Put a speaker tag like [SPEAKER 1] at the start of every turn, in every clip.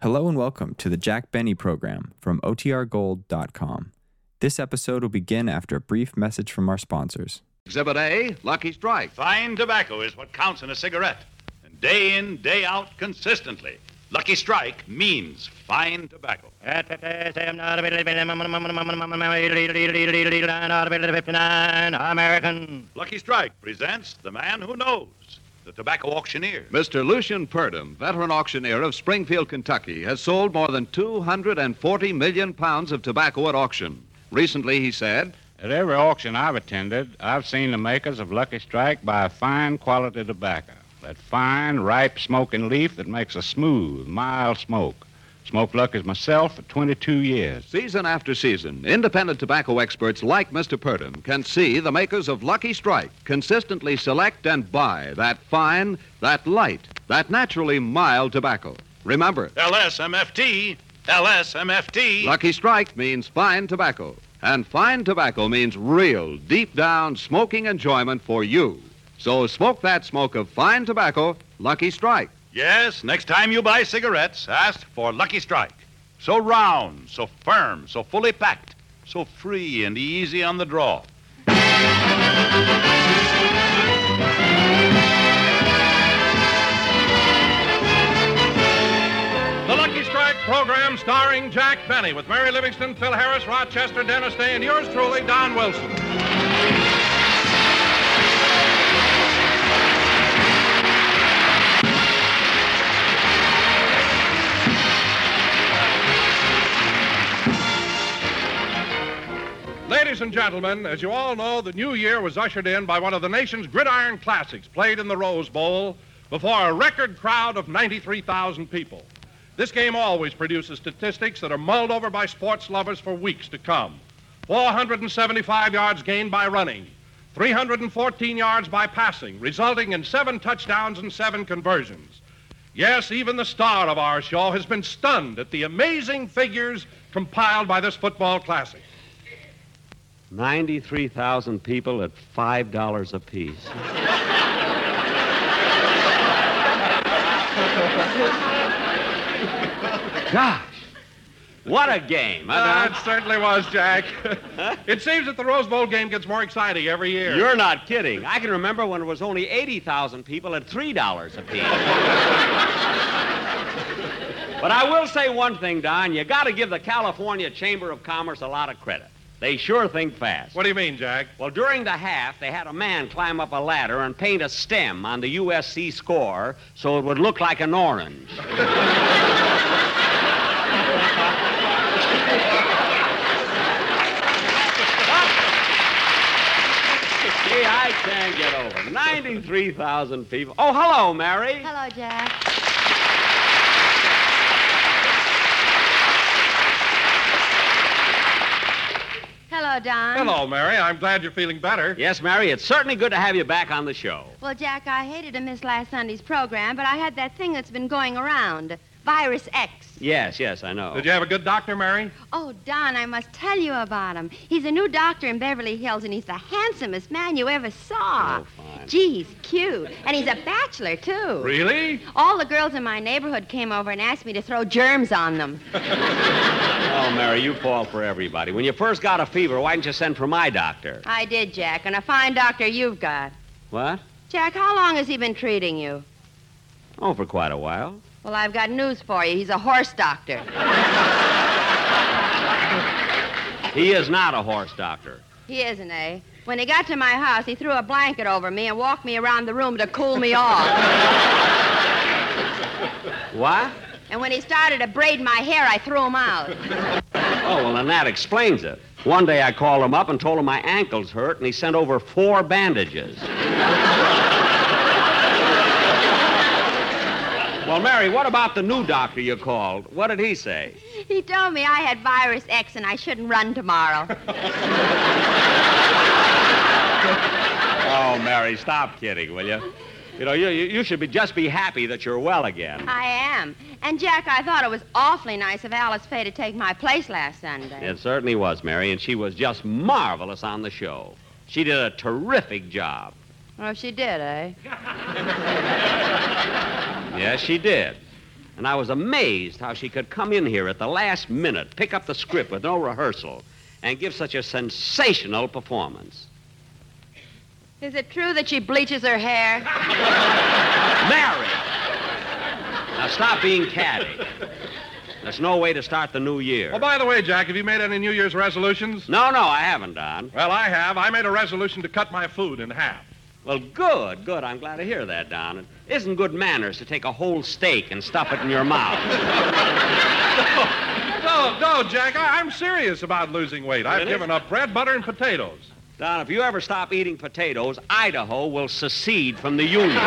[SPEAKER 1] Hello and welcome to the Jack Benny program from OTRGold.com. This episode will begin after a brief message from our sponsors.
[SPEAKER 2] Exhibit A, Lucky Strike.
[SPEAKER 3] Fine tobacco is what counts in a cigarette. And day in, day out, consistently. Lucky Strike means fine tobacco.
[SPEAKER 4] American.
[SPEAKER 3] Lucky Strike presents The Man Who Knows, the tobacco auctioneer.
[SPEAKER 2] Mr. Lucian Purdom, veteran auctioneer of Springfield, Kentucky, has sold more than 240 million pounds of tobacco at auction. Recently, he said,
[SPEAKER 5] At every auction I've attended, I've seen the makers of Lucky Strike buy fine quality tobacco. That fine, ripe smoking leaf that makes a smooth, mild smoke. Smoked Lucky's myself for 22 years.
[SPEAKER 2] season after season, independent tobacco experts like Mr. Purdom can see the makers of Lucky Strike consistently select and buy that fine, that light, that naturally mild tobacco. Remember,
[SPEAKER 3] LSMFT, LSMFT.
[SPEAKER 2] Lucky Strike means fine tobacco. And fine tobacco means real, deep down smoking enjoyment for you. So smoke that smoke of fine tobacco, Lucky Strike.
[SPEAKER 3] Yes, next time you buy cigarettes, ask for Lucky Strike. So round, so firm, so fully packed, so free and easy on the draw.
[SPEAKER 6] The Lucky Strike program starring Jack Benny with Mary Livingston, Phil Harris, Rochester, Dennis Day, and yours truly, Don Wilson. Ladies and gentlemen, as you all know, the new year was ushered in by one of the nation's gridiron classics played in the Rose Bowl before a record crowd of 93,000 people. This game always produces statistics that are mulled over by sports lovers for weeks to come 475 yards gained by running, 314 yards by passing, resulting in seven touchdowns and seven conversions. Yes, even the star of our show has been stunned at the amazing figures compiled by this football classic.
[SPEAKER 7] 93,000 people at $5 apiece. Gosh, what a game.
[SPEAKER 6] Ah,
[SPEAKER 7] huh,
[SPEAKER 6] it certainly was, Jack. it seems that the Rose Bowl game gets more exciting every year.
[SPEAKER 7] Don? You're not kidding. I can remember when it was only 80,000 people at $3 apiece. but I will say one thing, Don. You got to give the California Chamber of Commerce a lot of credit. They sure think fast.
[SPEAKER 6] What do you mean, Jack?
[SPEAKER 7] Well, during the half, they had a man climb up a ladder and paint a stem on the USC score so it would look like an orange. Gee, I can't get over it. 93,000 people. Oh, hello, Mary.
[SPEAKER 8] Hello, Jack. Hello, Don.
[SPEAKER 6] Hello, Mary. I'm glad you're feeling better.
[SPEAKER 7] Yes, Mary, it's certainly good to have you back on the show.
[SPEAKER 8] Well, Jack, I hated to miss last Sunday's program, but I had that thing that's been going around Virus X.
[SPEAKER 7] Yes, yes, I know.
[SPEAKER 6] Did you have a good doctor, Mary?
[SPEAKER 8] Oh, Don, I must tell you about him. He's a new doctor in Beverly Hills, and he's the handsomest man you ever saw.
[SPEAKER 7] Oh, fine.
[SPEAKER 8] Gee, he's cute. And he's a bachelor, too.
[SPEAKER 6] Really?
[SPEAKER 8] All the girls in my neighborhood came over and asked me to throw germs on them.
[SPEAKER 7] Oh, Mary, you fall for everybody. When you first got a fever, why didn't you send for my doctor?
[SPEAKER 8] I did, Jack, and a fine doctor you've got.
[SPEAKER 7] What?
[SPEAKER 8] Jack, how long has he been treating you?
[SPEAKER 7] Oh, for quite a while.
[SPEAKER 8] Well, I've got news for you. He's a horse doctor.
[SPEAKER 7] He is not a horse doctor.
[SPEAKER 8] He isn't, eh? When he got to my house, he threw a blanket over me and walked me around the room to cool me off.
[SPEAKER 7] What?
[SPEAKER 8] And when he started to braid my hair, I threw him out.
[SPEAKER 7] Oh, well, then that explains it. One day I called him up and told him my ankles hurt, and he sent over four bandages. well, Mary, what about the new doctor you called? What did he say?
[SPEAKER 8] He told me I had virus X and I shouldn't run tomorrow.
[SPEAKER 7] Oh, Mary, stop kidding, will you? You know, you, you you should be just be happy that you're well again.
[SPEAKER 8] I am. And, Jack, I thought it was awfully nice of Alice Fay to take my place last Sunday.
[SPEAKER 7] It certainly was, Mary, and she was just marvelous on the show. She did a terrific job.
[SPEAKER 8] Well, she did, eh?
[SPEAKER 7] Yes, she did. and I was amazed how she could come in here at the last minute, pick up the script with no rehearsal, and give such a sensational performance.
[SPEAKER 8] Is it true that she bleaches her hair?
[SPEAKER 7] Mary! Now stop being catty. There's no way to start the new year.
[SPEAKER 6] Oh, by the way, Jack, have you made any New Year's resolutions?
[SPEAKER 7] No, no, I haven't, Don.
[SPEAKER 6] Well, I have. I made a resolution to cut my food in half.
[SPEAKER 7] Well, good, good. I'm glad to hear that, Don. It isn't good manners to take a whole steak and stuff it in your mouth.
[SPEAKER 6] No, no, Jack, I, I'm serious about losing weight. I've
[SPEAKER 7] Really?
[SPEAKER 6] given up bread, butter, and potatoes.
[SPEAKER 7] Don, if you ever stop eating potatoes, Idaho will secede from the Union.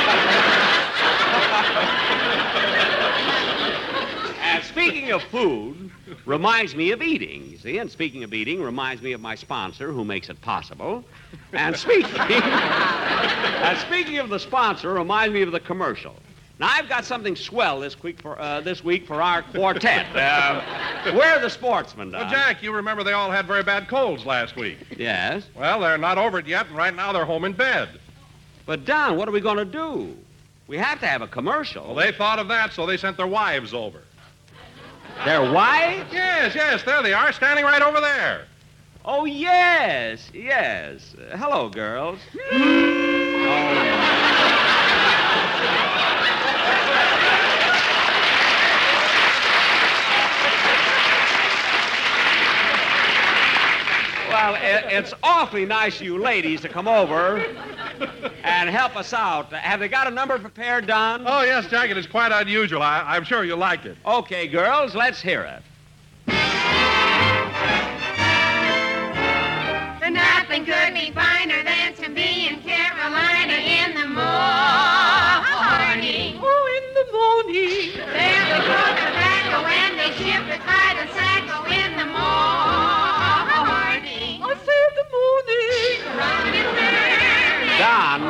[SPEAKER 7] and speaking of food, reminds me of eating, you see. And speaking of eating, reminds me of my sponsor who makes it possible. And speaking, and speaking of the sponsor, reminds me of the commercial. Now I've got something swell this week for uh, this week for our quartet. Uh, we're the sportsmen, Don.
[SPEAKER 6] Well, Jack, you remember they all had very bad colds last week.
[SPEAKER 7] Yes,
[SPEAKER 6] Well, they're not over it yet, and right now they're home in bed.
[SPEAKER 7] but Don, what are we going to do? We have to have a commercial.
[SPEAKER 6] Well, they thought of that, so they sent their wives over.
[SPEAKER 7] Their wives?
[SPEAKER 6] Yes, yes, there they are, standing right over there.
[SPEAKER 7] Oh, yes, yes. Uh, hello, girls. Well, i it's awfully nice of you ladies to come over and help us out. Have they got a number prepared, Don?
[SPEAKER 6] Oh, yes, Jack, it is quite unusual. I, I'm sure you'll like it.
[SPEAKER 7] Okay, girls, let's hear it.
[SPEAKER 4] Nothing could be finer than to be in Carolina in the morning. Oh, in the morning. There we grow tobacco and they ship the hide and sacco in the morning. I save the morning. Running there.
[SPEAKER 7] Don.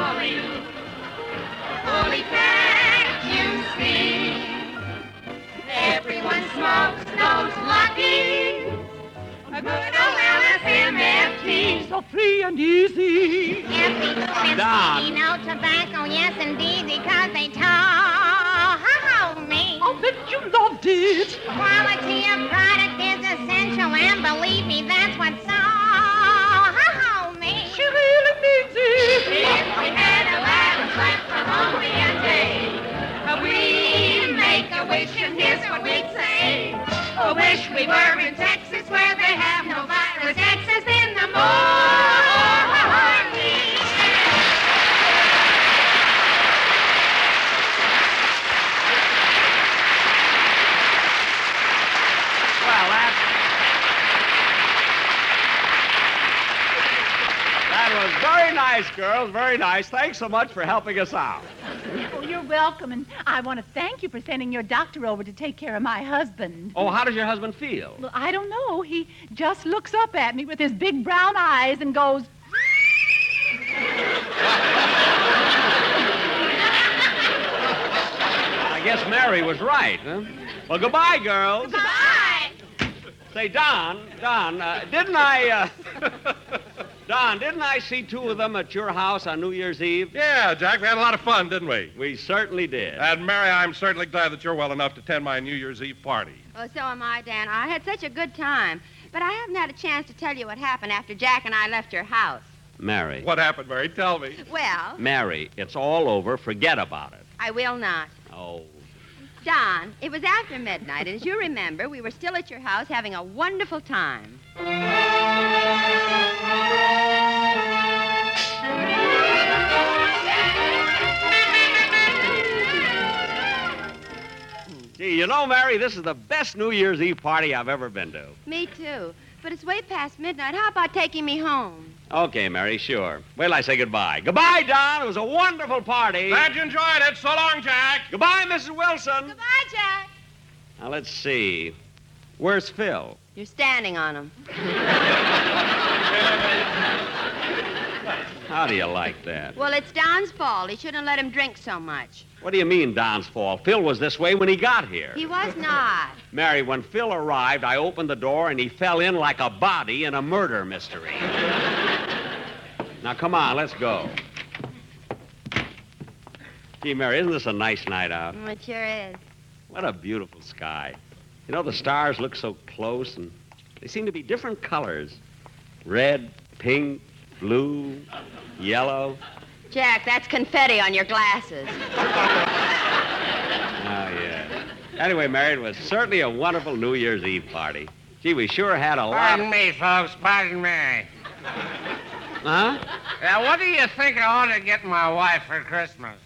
[SPEAKER 4] Holy fact, you see. Everyone smokes those lucky. A good old LSMFT.
[SPEAKER 9] so free and easy.
[SPEAKER 7] Doc.
[SPEAKER 4] Empty no tobacco, yes indeed, because they told me.
[SPEAKER 9] I'll bet you loved it.
[SPEAKER 4] Quality of product is essential, and believe me, that's what sold me.
[SPEAKER 9] She really means it.
[SPEAKER 4] If we had a ladder left for only a day, we make a wish, and here's what we'd say. A wish we were in Texas where they have no virus. Texas in the morning.
[SPEAKER 7] Well, that. That was very nice, girls. Very nice. Thanks so much for helping us out.
[SPEAKER 9] Oh, you're welcome, and I want to thank you for sending your doctor over to take care of my husband.
[SPEAKER 7] Oh, how does your husband feel?
[SPEAKER 9] Well, I don't know. He just looks up at me with his big brown eyes and goes,
[SPEAKER 7] I guess Mary was right, huh? Well, goodbye, girls.
[SPEAKER 4] Bye.
[SPEAKER 7] Say, Don, Don, uh, didn't I, uh, Don, didn't I see two of them at your house on New Year's Eve?
[SPEAKER 6] Yeah, Jack, we had a lot of fun, didn't we?
[SPEAKER 7] We certainly did.
[SPEAKER 6] And, Mary, I'm certainly glad that you're well enough to attend my New Year's Eve party.
[SPEAKER 8] Oh, so am I, Dan. I had such a good time. But I haven't had a chance to tell you what happened after Jack and I left your house.
[SPEAKER 7] Mary.
[SPEAKER 6] What happened, Mary? Tell me.
[SPEAKER 8] Well,
[SPEAKER 7] Mary, it's all over. Forget about it.
[SPEAKER 8] I will not.
[SPEAKER 7] Oh.
[SPEAKER 8] Don, it was after midnight, and as you remember, we were still at your house having a wonderful time.
[SPEAKER 7] Gee, you know, Mary, this is the best New Year's Eve party I've ever been to.
[SPEAKER 8] Me too. But it's way past midnight. How about taking me home?
[SPEAKER 7] Okay, Mary, sure. Wait till I say goodbye. Goodbye, Don. It was a wonderful party.
[SPEAKER 6] Glad you enjoyed it. So long, Jack.
[SPEAKER 7] Goodbye, Mrs. Wilson.
[SPEAKER 4] Goodbye, Jack.
[SPEAKER 7] Now, let's see. Where's Phil?
[SPEAKER 8] You're standing on him.
[SPEAKER 7] How do you like that?
[SPEAKER 8] Well, it's Don's fault. He shouldn't have let him drink so much.
[SPEAKER 7] What do you mean, Don's fault? Phil was this way when he got here.
[SPEAKER 8] He was not.
[SPEAKER 7] Mary, when Phil arrived, I opened the door and he fell in like a body in a murder mystery. now, come on, let's go. Gee, Mary, isn't this a nice night out?
[SPEAKER 8] Mm, It sure is.
[SPEAKER 7] What a beautiful sky. You know, the stars look so close, and they seem to be different colors red, pink, blue, yellow.
[SPEAKER 8] Jack, that's confetti on your glasses.
[SPEAKER 7] Oh, yeah. Anyway, Mary, it was certainly a wonderful New Year's Eve party. Gee, we sure had a lot.
[SPEAKER 10] Pardon
[SPEAKER 7] Of...
[SPEAKER 10] me, folks. Pardon me.
[SPEAKER 7] Huh?
[SPEAKER 10] Now, what do you think I ought to get my wife for Christmas?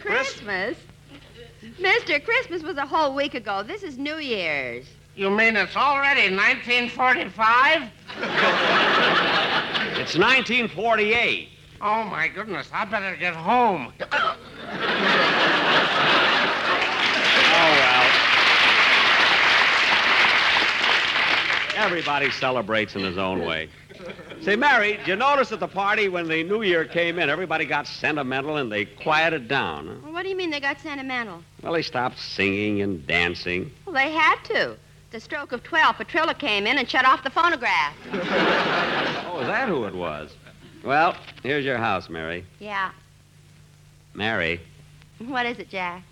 [SPEAKER 8] Christmas? Mr. Christmas was a whole week ago. This is New Year's.
[SPEAKER 10] You mean it's already 1945?
[SPEAKER 7] It's 1948.
[SPEAKER 10] Oh, my goodness. I better get home.
[SPEAKER 7] Oh, well. Everybody celebrates in his own way. Say, Mary, did you notice at the party when the new year came in, everybody got sentimental and they quieted down? huh?
[SPEAKER 8] Well, what do you mean they got sentimental?
[SPEAKER 7] Well, they stopped singing and dancing.
[SPEAKER 8] Well, they had to. The stroke of 12, Patrilla came in and shut off the phonograph.
[SPEAKER 7] Oh, is that who it was? Well, here's your house, Mary.
[SPEAKER 8] Yeah.
[SPEAKER 7] Mary,
[SPEAKER 8] What is it, Jack?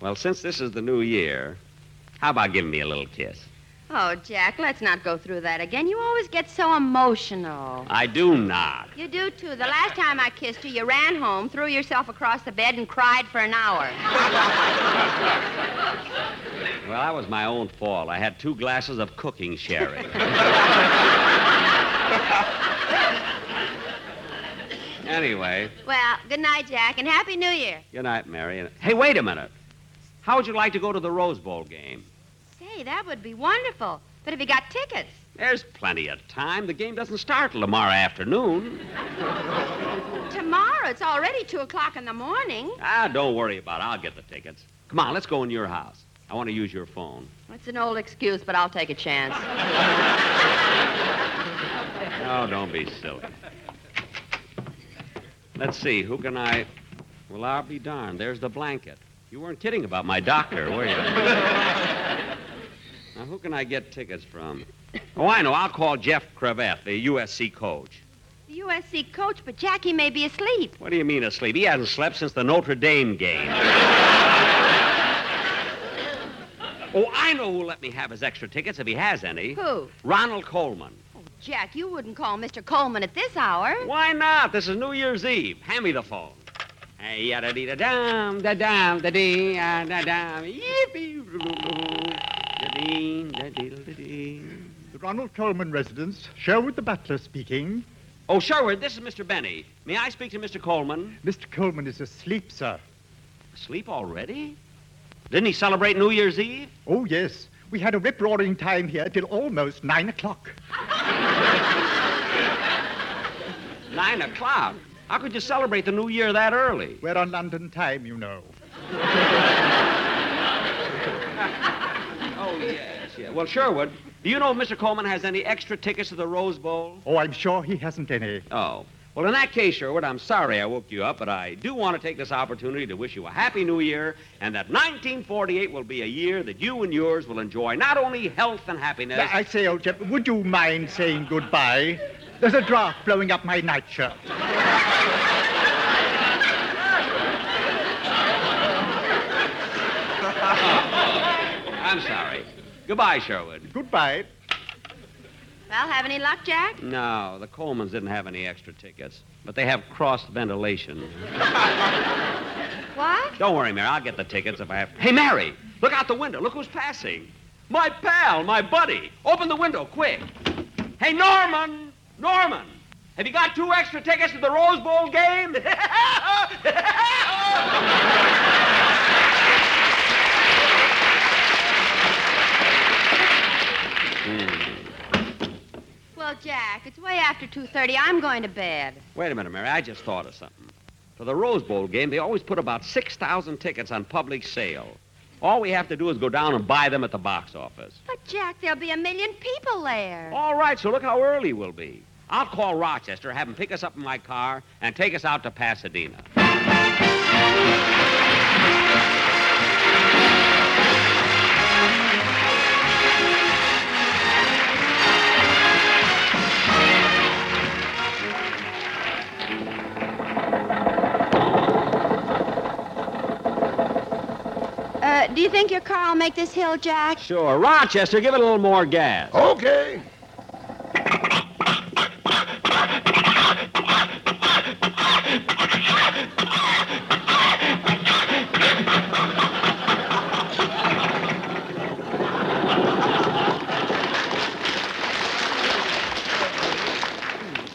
[SPEAKER 7] well, since this is the new year, how about giving me a little kiss?
[SPEAKER 8] Oh, Jack, let's not go through that again. You always get so emotional.
[SPEAKER 7] I do not.
[SPEAKER 8] You do, too. The last time I kissed you, you ran home, threw yourself across the bed, and cried for an hour.
[SPEAKER 7] Well, that was my own fault. I had two glasses of cooking sherry. anyway,
[SPEAKER 8] Well, good night, Jack, and Happy New Year.
[SPEAKER 7] good night, Mary. And- Hey, wait a minute. How would you like to go to the Rose Bowl game?
[SPEAKER 8] Say, that would be wonderful. But if you got tickets,
[SPEAKER 7] There's plenty of time. The game doesn't start till tomorrow afternoon.
[SPEAKER 8] tomorrow it's already 2 o'clock in the morning.
[SPEAKER 7] Ah, don't worry about it. I'll get the tickets. Come on, let's go in your house. I want to use your phone.
[SPEAKER 8] It's an old excuse, but I'll take a chance.
[SPEAKER 7] Oh, don't be silly. Let's see, who can I. Well, I'll be darned. There's the blanket. You weren't kidding about my doctor, were you? now, who can I get tickets from? Oh, I know. I'll call Jeff Crevette, the USC coach.
[SPEAKER 8] The USC coach, but Jackie may be asleep.
[SPEAKER 7] What do you mean asleep? He hasn't slept since the Notre Dame game. oh, I know who'll let me have his extra tickets if he has any.
[SPEAKER 8] Who?
[SPEAKER 7] Ronald Coleman.
[SPEAKER 8] Jack, you wouldn't call Mr. Coleman at this hour.
[SPEAKER 7] Why not? This is New Year's Eve. Hand me the phone. Hey, yada dee da dum, da dum, da dee, ah, da dum, yippee, boo, boo, boo, da dee, da dee, da dee.
[SPEAKER 11] The Ronald Coleman residence, Sherwood the butler speaking.
[SPEAKER 7] Oh, Sherwood, this is Mr. Benny. May I speak to Mr. Coleman?
[SPEAKER 11] Mr. Coleman is asleep, sir.
[SPEAKER 7] Sleep already? Didn't he celebrate New Year's Eve?
[SPEAKER 11] Oh, yes. We had a rip roaring time here till almost nine o'clock.
[SPEAKER 7] Nine o'clock. How could you celebrate the New Year that early?
[SPEAKER 11] We're on London time, you know.
[SPEAKER 7] Oh, yes, yes. Well, Sherwood, do you know if Mr. Coleman has any extra tickets to the Rose Bowl?
[SPEAKER 11] Oh, I'm sure he hasn't any.
[SPEAKER 7] Oh. Well, in that case, Sherwood, I'm sorry I woke you up, but I do want to take this opportunity to wish you a happy new year and that 1948 will be a year that you and yours will enjoy not only health and happiness.
[SPEAKER 11] I I say, old chap, would you mind saying goodbye? There's a draft blowing up my nightshirt.
[SPEAKER 7] I'm sorry. Goodbye, Sherwood.
[SPEAKER 11] Goodbye.
[SPEAKER 8] Well, have any luck, Jack?
[SPEAKER 7] No, the Colemans didn't have any extra tickets, but they have cross ventilation.
[SPEAKER 8] What?
[SPEAKER 7] Don't worry, Mary. I'll get the tickets if I have. Hey, Mary, look out the window. Look who's passing. My pal, my buddy. Open the window, quick. Hey, Norman! Norman! Have you got two extra tickets to the Rose Bowl game?
[SPEAKER 8] Well, Jack, it's way after 2.30. I'm going to bed.
[SPEAKER 7] Wait a minute, Mary. I just thought of something. For the Rose Bowl game, they always put about 6,000 tickets on public sale. All we have to do is go down and buy them at the box office.
[SPEAKER 8] But, Jack, there'll be a million people there.
[SPEAKER 7] All right, so look how early we'll be. I'll call Rochester, have him pick us up in my car, and take us out to Pasadena.
[SPEAKER 8] Uh, do you think your car will make this hill, Jack?
[SPEAKER 7] Sure. Rochester, give it a little more gas.
[SPEAKER 12] Okay.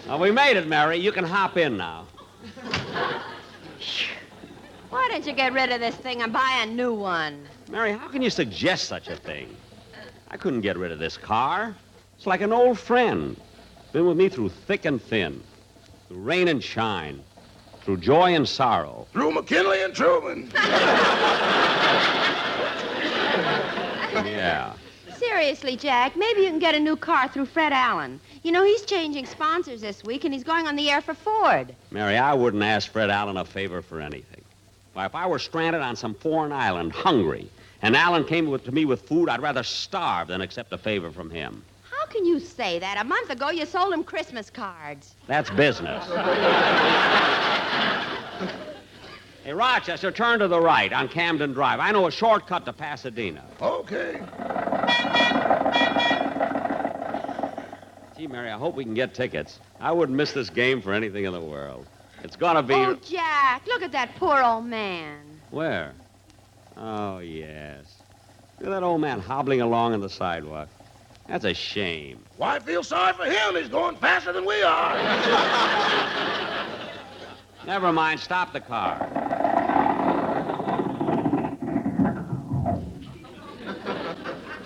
[SPEAKER 7] Well, we made it, Mary. You can hop in now.
[SPEAKER 8] Why don't you get rid of this thing and buy a new one?
[SPEAKER 7] Mary, how can you suggest such a thing? I couldn't get rid of this car. It's like an old friend. Been with me through thick and thin, through rain and shine, through joy and sorrow.
[SPEAKER 12] Through McKinley and Truman.
[SPEAKER 7] Yeah.
[SPEAKER 8] Seriously, Jack, maybe you can get a new car through Fred Allen. You know, he's changing sponsors this week, and he's going on the air for Ford.
[SPEAKER 7] Mary, I wouldn't ask Fred Allen a favor for anything. Why, if I were stranded on some foreign island, hungry, and Allen came with, to me with food, I'd rather starve than accept a favor from him.
[SPEAKER 8] How can you say that? A month ago, you sold him Christmas cards.
[SPEAKER 7] That's business. hey, Rochester, turn to the right on Camden Drive. I know a shortcut to Pasadena.
[SPEAKER 12] Okay.
[SPEAKER 7] Gee, Mary, I hope we can get tickets. I wouldn't miss this game for anything in the world. It's gonna be.
[SPEAKER 8] Oh, Jack, look at that poor old man.
[SPEAKER 7] Where? Oh, yes. Look at that old man hobbling along on the sidewalk. That's a shame.
[SPEAKER 12] Why I feel sorry for him? He's going faster than we are.
[SPEAKER 7] Never mind. Stop the car.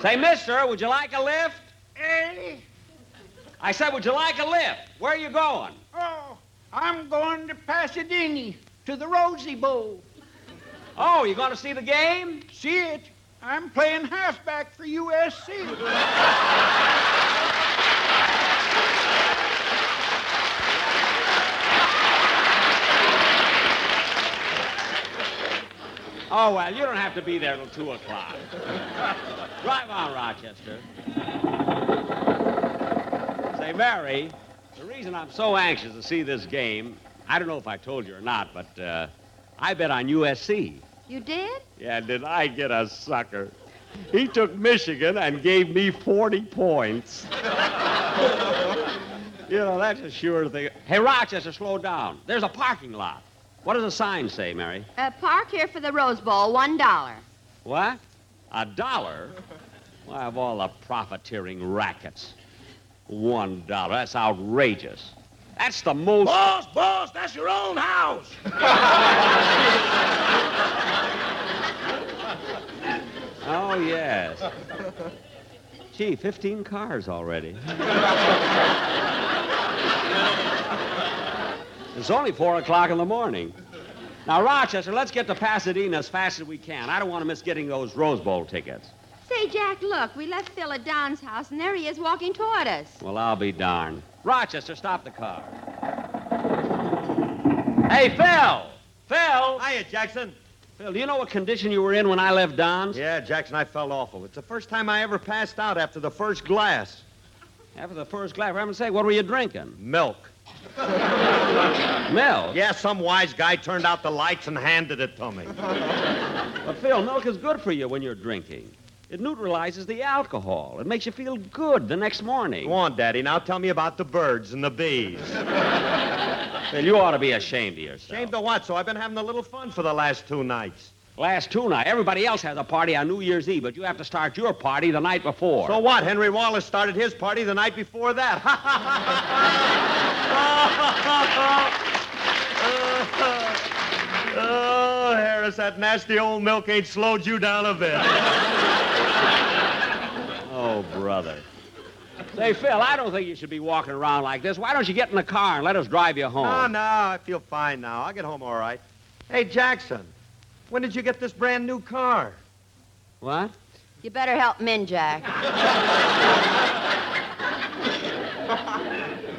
[SPEAKER 7] Say, mister, would you like a lift?
[SPEAKER 10] Eh?
[SPEAKER 7] I said, would you like a lift? Where are you going?
[SPEAKER 10] Oh, I'm going to Pasadena to the Rosie Bowl.
[SPEAKER 7] Oh, you going to see the game?
[SPEAKER 10] See it. I'm playing halfback for USC.
[SPEAKER 7] Oh, well, you don't have to be there till 2 o'clock. Drive on, Rochester. Say, Mary, the reason I'm so anxious to see this game, I don't know if I told you or not, but uh, I bet on USC.
[SPEAKER 8] You did?
[SPEAKER 7] Yeah, did I get a sucker? He took Michigan and gave me 40 points. you know, that's a sure thing. Hey, Rochester, slow down. There's a parking lot. What does the sign say, Mary?
[SPEAKER 8] Uh, park here for the Rose Bowl, one dollar.
[SPEAKER 7] What? A dollar? Why, of all the profiteering rackets. One dollar. That's outrageous. That's the most.
[SPEAKER 12] boss, boss, that's your own house.
[SPEAKER 7] Oh, yes. Gee, 15 cars already. it's only 4 o'clock in the morning. Now, Rochester, let's get to Pasadena as fast as we can. I don't want to miss getting those Rose Bowl tickets.
[SPEAKER 8] Say, Jack, look, we left Phil at Don's house, and there he is walking toward us.
[SPEAKER 7] Well, I'll be darned. Rochester, stop the car. Hey, Phil! Phil!
[SPEAKER 13] Hiya, Jackson.
[SPEAKER 7] Phil, do you know what condition you were in when I left Don's?
[SPEAKER 13] Yeah, Jackson, I felt awful. It's the first time I ever passed out after the first glass.
[SPEAKER 7] After the first glass? For heaven's sake, what were you drinking?
[SPEAKER 13] Milk.
[SPEAKER 7] Milk?
[SPEAKER 13] Yeah, some wise guy turned out the lights and handed it to me.
[SPEAKER 7] But, Phil, milk is good for you when you're drinking. It neutralizes the alcohol. It makes you feel good the next morning.
[SPEAKER 13] Go on, Daddy. Now tell me about the birds and the bees.
[SPEAKER 7] Phil, you ought to be ashamed of yourself.
[SPEAKER 13] Shame to what? So I've been having a little fun for the last two nights.
[SPEAKER 7] Last two nights, everybody else has a party on New Year's Eve, but you have to start your party the night before.
[SPEAKER 13] So what? Henry Wallace started his party the night before that. oh, Harris, that nasty old milk ain't slowed you down a bit.
[SPEAKER 7] Oh, brother. Say, Phil, I don't think you should be walking around like this. Why don't you get in the car and let us drive you home?
[SPEAKER 13] No, no, I feel fine Ah, now. I'll get home all right. Hey, Jackson, when did you get this brand new car?
[SPEAKER 7] What?
[SPEAKER 8] You better help him in, Jack.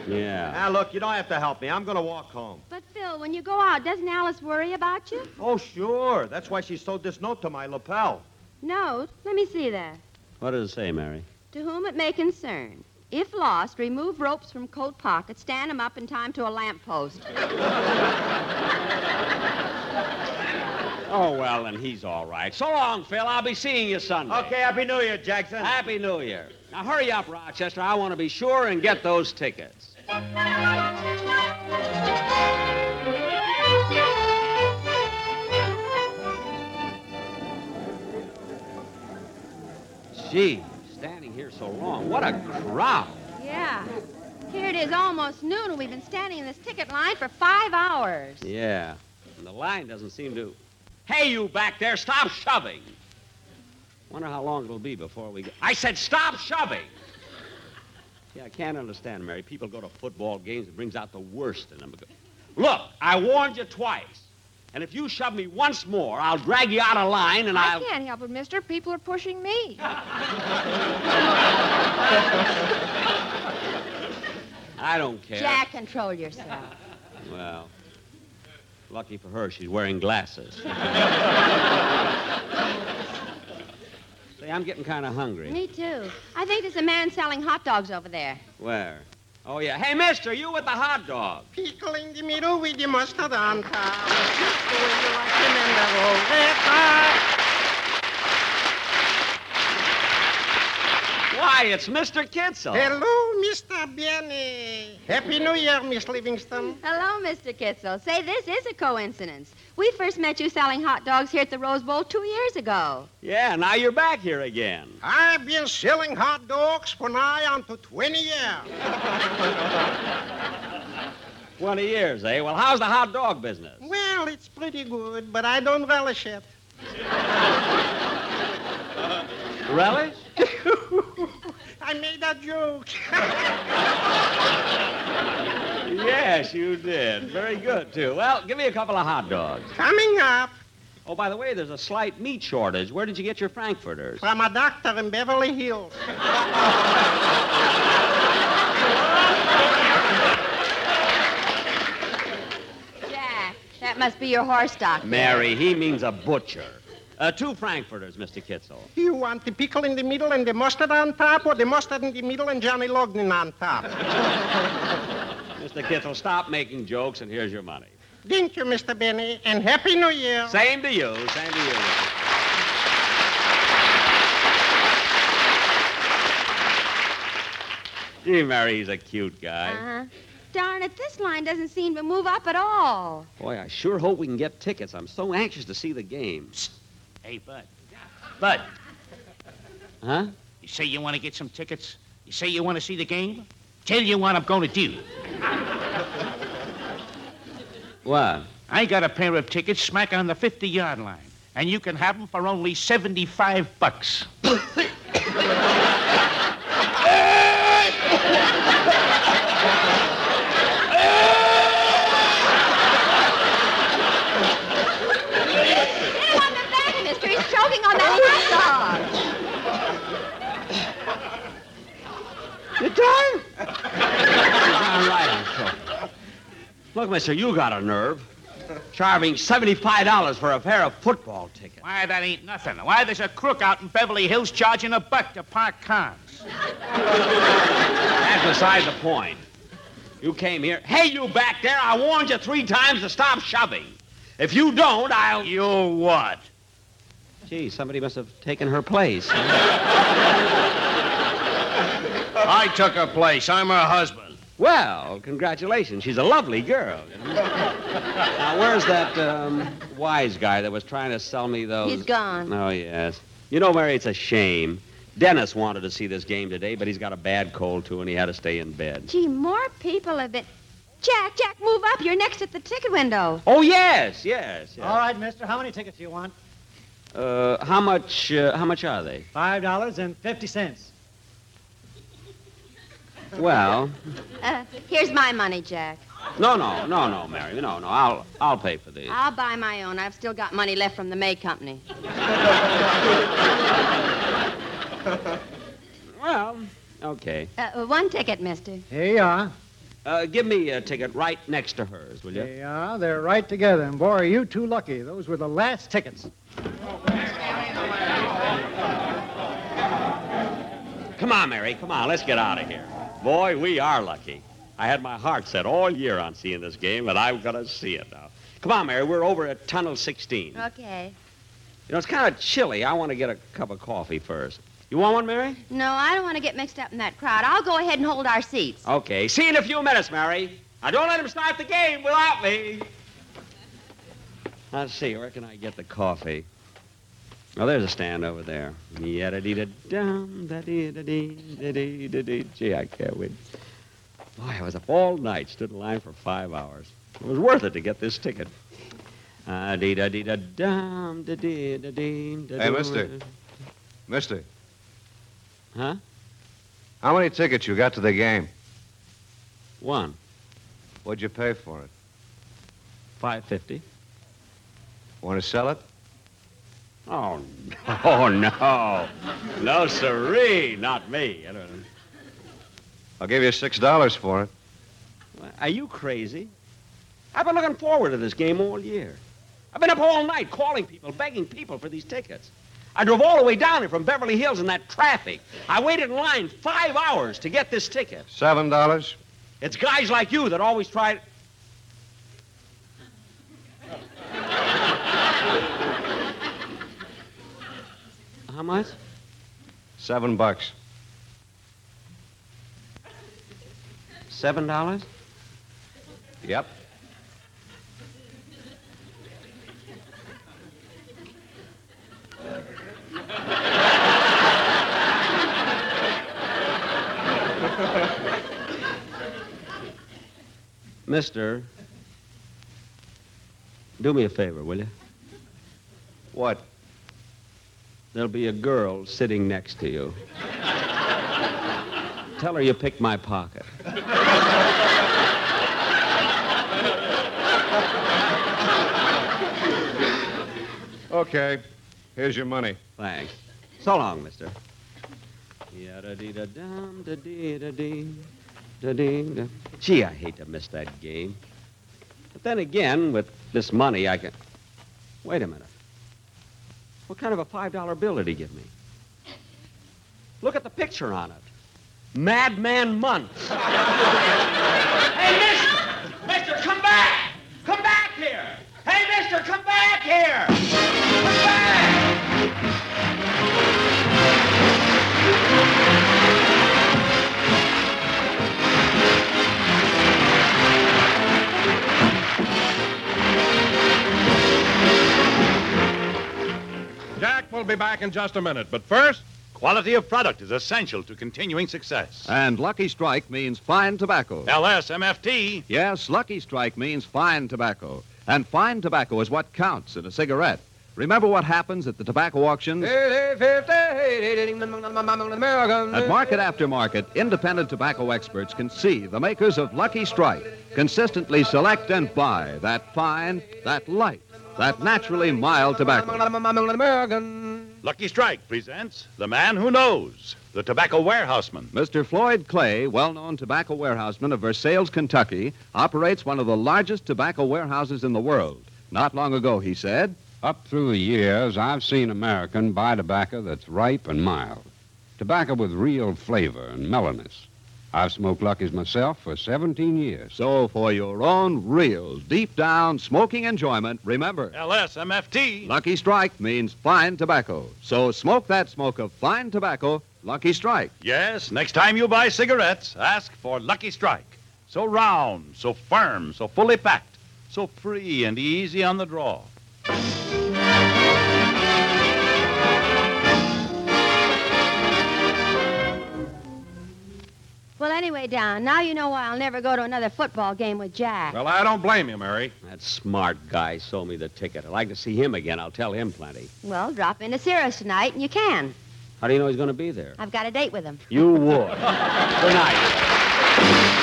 [SPEAKER 7] Yeah.
[SPEAKER 13] Now, Ah, look, you don't have to help me. I'm going to walk home.
[SPEAKER 8] But, Phil, when you go out, doesn't Alice worry about you?
[SPEAKER 13] Oh, sure. That's why she sewed this note to my lapel.
[SPEAKER 8] No. Let me see that.
[SPEAKER 7] What does it say, Mary?
[SPEAKER 8] To whom it may concern. If lost, remove ropes from coat pockets, stand them up in time to a lamp post.
[SPEAKER 7] Oh, well, then he's all right. So long, Phil. I'll be seeing you Sunday.
[SPEAKER 13] Okay, Happy New Year, Jackson.
[SPEAKER 7] Happy New Year. Now, hurry up, Rochester. I want to be sure and get those tickets. Gee, standing here so long. What a crowd.
[SPEAKER 8] Yeah. Here it is almost noon, and we've been standing in this ticket line for five hours.
[SPEAKER 7] Yeah. And the line doesn't seem to. Hey, you back there, stop shoving. Wonder how long it'll be before we get. I said stop shoving. Yeah, I can't understand, Mary. People go to football games, it brings out the worst in them. Look, I warned you twice. And if you shove me once more, I'll drag you out of line and
[SPEAKER 8] I
[SPEAKER 7] I'll.
[SPEAKER 8] can't help it, mister. People are pushing me.
[SPEAKER 7] I don't care.
[SPEAKER 8] Jack, control yourself.
[SPEAKER 7] Well, lucky for her, she's wearing glasses. Say, I'm getting kind of hungry.
[SPEAKER 8] Me too. I think there's a man selling hot dogs over there.
[SPEAKER 7] Where? Oh, yeah. Hey, mister, you with the hot dog.
[SPEAKER 10] Pickle in the middle with the mustard on top.
[SPEAKER 7] Why, it's Mr. Kitzel.
[SPEAKER 10] Hello, Mr. Benny. Happy New Year, Miss Livingston.
[SPEAKER 8] Hello, Mr. Kitzel. Say, this is a coincidence. We first met you selling hot dogs here at the Rose Bowl two years ago.
[SPEAKER 7] Yeah, now you're back here again.
[SPEAKER 10] I've been selling hot dogs for nigh on to 20 years.
[SPEAKER 7] 20 years, eh? Well, how's the hot dog business?
[SPEAKER 10] well, it's pretty good, but I don't relish it.
[SPEAKER 7] Relish?
[SPEAKER 10] I made that joke.
[SPEAKER 7] Yes, you did. Very good, too. Well, give me a couple of hot dogs.
[SPEAKER 10] Coming up
[SPEAKER 7] Oh, by the way, there's a slight meat shortage. Where did you get your Frankfurters?
[SPEAKER 10] from a doctor in Beverly Hills.
[SPEAKER 8] Jack, that must be your horse doctor.
[SPEAKER 7] Mary, he means a butcher. Uh, two Frankfurters, Mr. Kitzel.
[SPEAKER 10] You want the pickle in the middle and the mustard on top, or the mustard in the middle and Johnny Logan on top?
[SPEAKER 7] Mr. Kitzel, stop making jokes, and here's your money.
[SPEAKER 10] Thank you, Mr. Benny, and Happy New Year.
[SPEAKER 7] Same to you, same to you. Gee, Mary, he's a cute guy.
[SPEAKER 8] Uh-huh. Darn it, this line doesn't seem to move up at all.
[SPEAKER 7] Boy, I sure hope we can get tickets. I'm so anxious to see the game. Hey, Bud. Bud. Huh?
[SPEAKER 14] You say you want to get some tickets? You say you want to see the game? Tell you what I'm going to do.
[SPEAKER 7] What?
[SPEAKER 14] I got a pair of tickets smack on the 50 yard line, and you can have them for only 75 bucks.
[SPEAKER 8] Hit him on the back, mister. He's choking on that hot dog.
[SPEAKER 7] You done? All right, I'm sure. Look, mister, you got a nerve. Charging $75 for a pair of football tickets.
[SPEAKER 14] Why, that ain't nothing. Why, there's a crook out in Beverly Hills charging a buck to park cars.
[SPEAKER 7] That's beside the point. You came here. Hey, you back there, I warned you three times to stop shoving. If you don't, I'll. You what? Gee, somebody must have taken her place. I took her place. I'm her husband. Well, congratulations. She's a lovely girl. now, where's that um, wise guy that was trying to sell me those?
[SPEAKER 8] He's gone.
[SPEAKER 7] Oh, yes. You know, Mary, it's a shame. Dennis wanted to see this game today, but he's got a bad cold, too, and he had to stay in bed.
[SPEAKER 8] Gee, more people have been. Jack, Jack, move up. You're next at the ticket window.
[SPEAKER 7] Oh, yes, yes. yes.
[SPEAKER 8] Uh,
[SPEAKER 15] All right, mister, how many tickets do you want?
[SPEAKER 7] Uh, how much, uh, how much are they?
[SPEAKER 15] Five dollars and fifty cents.
[SPEAKER 7] Well,
[SPEAKER 8] Uh, here's my money, Jack.
[SPEAKER 7] no, no, no, no, Mary. No, no, I'll, I'll pay for these.
[SPEAKER 8] I'll buy my own. I've still got money left from the May Company.
[SPEAKER 7] well, Okay.
[SPEAKER 8] uh, one ticket, mister.
[SPEAKER 15] Here you are.
[SPEAKER 7] Uh, give me a ticket right next to hers, will you?
[SPEAKER 15] Here you are. They're right together. And boy, are you too lucky. Those were the last tickets.
[SPEAKER 7] Come on, Mary. Come on. Let's get out of here. Boy, we are lucky. I had my heart set all year on seeing this game, and I'm going to see it now. Come on, Mary. We're over at Tunnel 16.
[SPEAKER 8] Okay.
[SPEAKER 7] You know, it's kind of chilly. I want to get a cup of coffee first. You want one, Mary?
[SPEAKER 8] No, I don't want to get mixed up in that crowd. I'll go ahead and hold our seats.
[SPEAKER 7] Okay. See you in a few minutes, Mary. Now, don't let him start the game without me. Let's see. Where can I get the coffee? Oh, there's a stand over there. Yadda-dee-da-dum, da-dee-da-dee-da-dee-da-dee. Gee, I can't wait. Boy, I was up all night, stood in line for five hours. It was worth it to get this ticket. Uh, dee da dee da dum da dee da dee da
[SPEAKER 4] Hey, mister. Mister,
[SPEAKER 7] Huh?
[SPEAKER 4] how many tickets you got to the game?
[SPEAKER 7] One.
[SPEAKER 4] What'd you pay for it?
[SPEAKER 7] Five fifty.
[SPEAKER 4] Want to sell it?
[SPEAKER 7] Oh, oh no. No, siree, not me. I don't know.
[SPEAKER 4] I'll give you six dollars for it.
[SPEAKER 7] Are you crazy? I've been looking forward to this game all year. I've been up all night calling people, begging people for these tickets. I drove all the way down here from Beverly Hills in that traffic. I waited in line five hours to get this ticket.
[SPEAKER 4] Seven dollars?
[SPEAKER 7] It's guys like you that always try. How much?
[SPEAKER 4] Seven bucks.
[SPEAKER 7] Seven dollars?
[SPEAKER 4] Yep.
[SPEAKER 7] Mister, do me a favor, will you?
[SPEAKER 4] What?
[SPEAKER 7] There'll be a girl sitting next to you. Tell her you picked my pocket.
[SPEAKER 4] Okay. Here's your money.
[SPEAKER 7] Thanks. So long, mister. Yadda-dee-da-dum, da-dee-da-dee, da-dee-da. Gee, I hate to miss that game. But then again, with this money, I can. Wait a minute. What kind of a $5 bill did he give me? Look at the picture on it Madman Month.
[SPEAKER 16] Hey, mister! Mister, come back! Come back here! Hey, mister, come back here!
[SPEAKER 17] Jack will be back in just a minute, but first,
[SPEAKER 6] Quality of product is essential to continuing success.
[SPEAKER 18] And Lucky Strike means fine tobacco.
[SPEAKER 6] LSMFT.
[SPEAKER 18] Yes, Lucky Strike means fine tobacco. And fine tobacco is what counts in a cigarette. Remember what happens at the tobacco auctions? At market after market, independent tobacco experts can see the makers of Lucky Strike consistently select and buy that fine, that light, that naturally mild tobacco.
[SPEAKER 6] Lucky Strike presents The Man Who Knows, The Tobacco Warehouseman.
[SPEAKER 18] Mr. Floyd Clay, well known tobacco warehouseman of Versailles, Kentucky, operates one of the largest tobacco warehouses in the world. Not long ago, he said.
[SPEAKER 19] Up through the years, I've seen American buy tobacco that's ripe and mild. Tobacco with real flavor and mellowness. I've smoked Lucky's myself for 17 years.
[SPEAKER 18] So for your own real, deep down smoking enjoyment, remember.
[SPEAKER 6] LSMFT.
[SPEAKER 18] Lucky Strike means fine tobacco. So smoke that smoke of fine tobacco, Lucky Strike.
[SPEAKER 6] Yes, next time you buy cigarettes, ask for Lucky Strike. So round, so firm, so fully packed, so free and easy on the draw.
[SPEAKER 8] Well, anyway, Don, now you know why I'll never go to another football game with Jack.
[SPEAKER 17] Well, I don't blame you, Mary.
[SPEAKER 7] That smart guy sold me the ticket. I'd like to see him again. I'll tell him plenty.
[SPEAKER 8] Well, drop into Cirrus tonight, and you can.
[SPEAKER 7] How do you know he's going to be there?
[SPEAKER 8] I've got a date with him.
[SPEAKER 7] You would. Good night.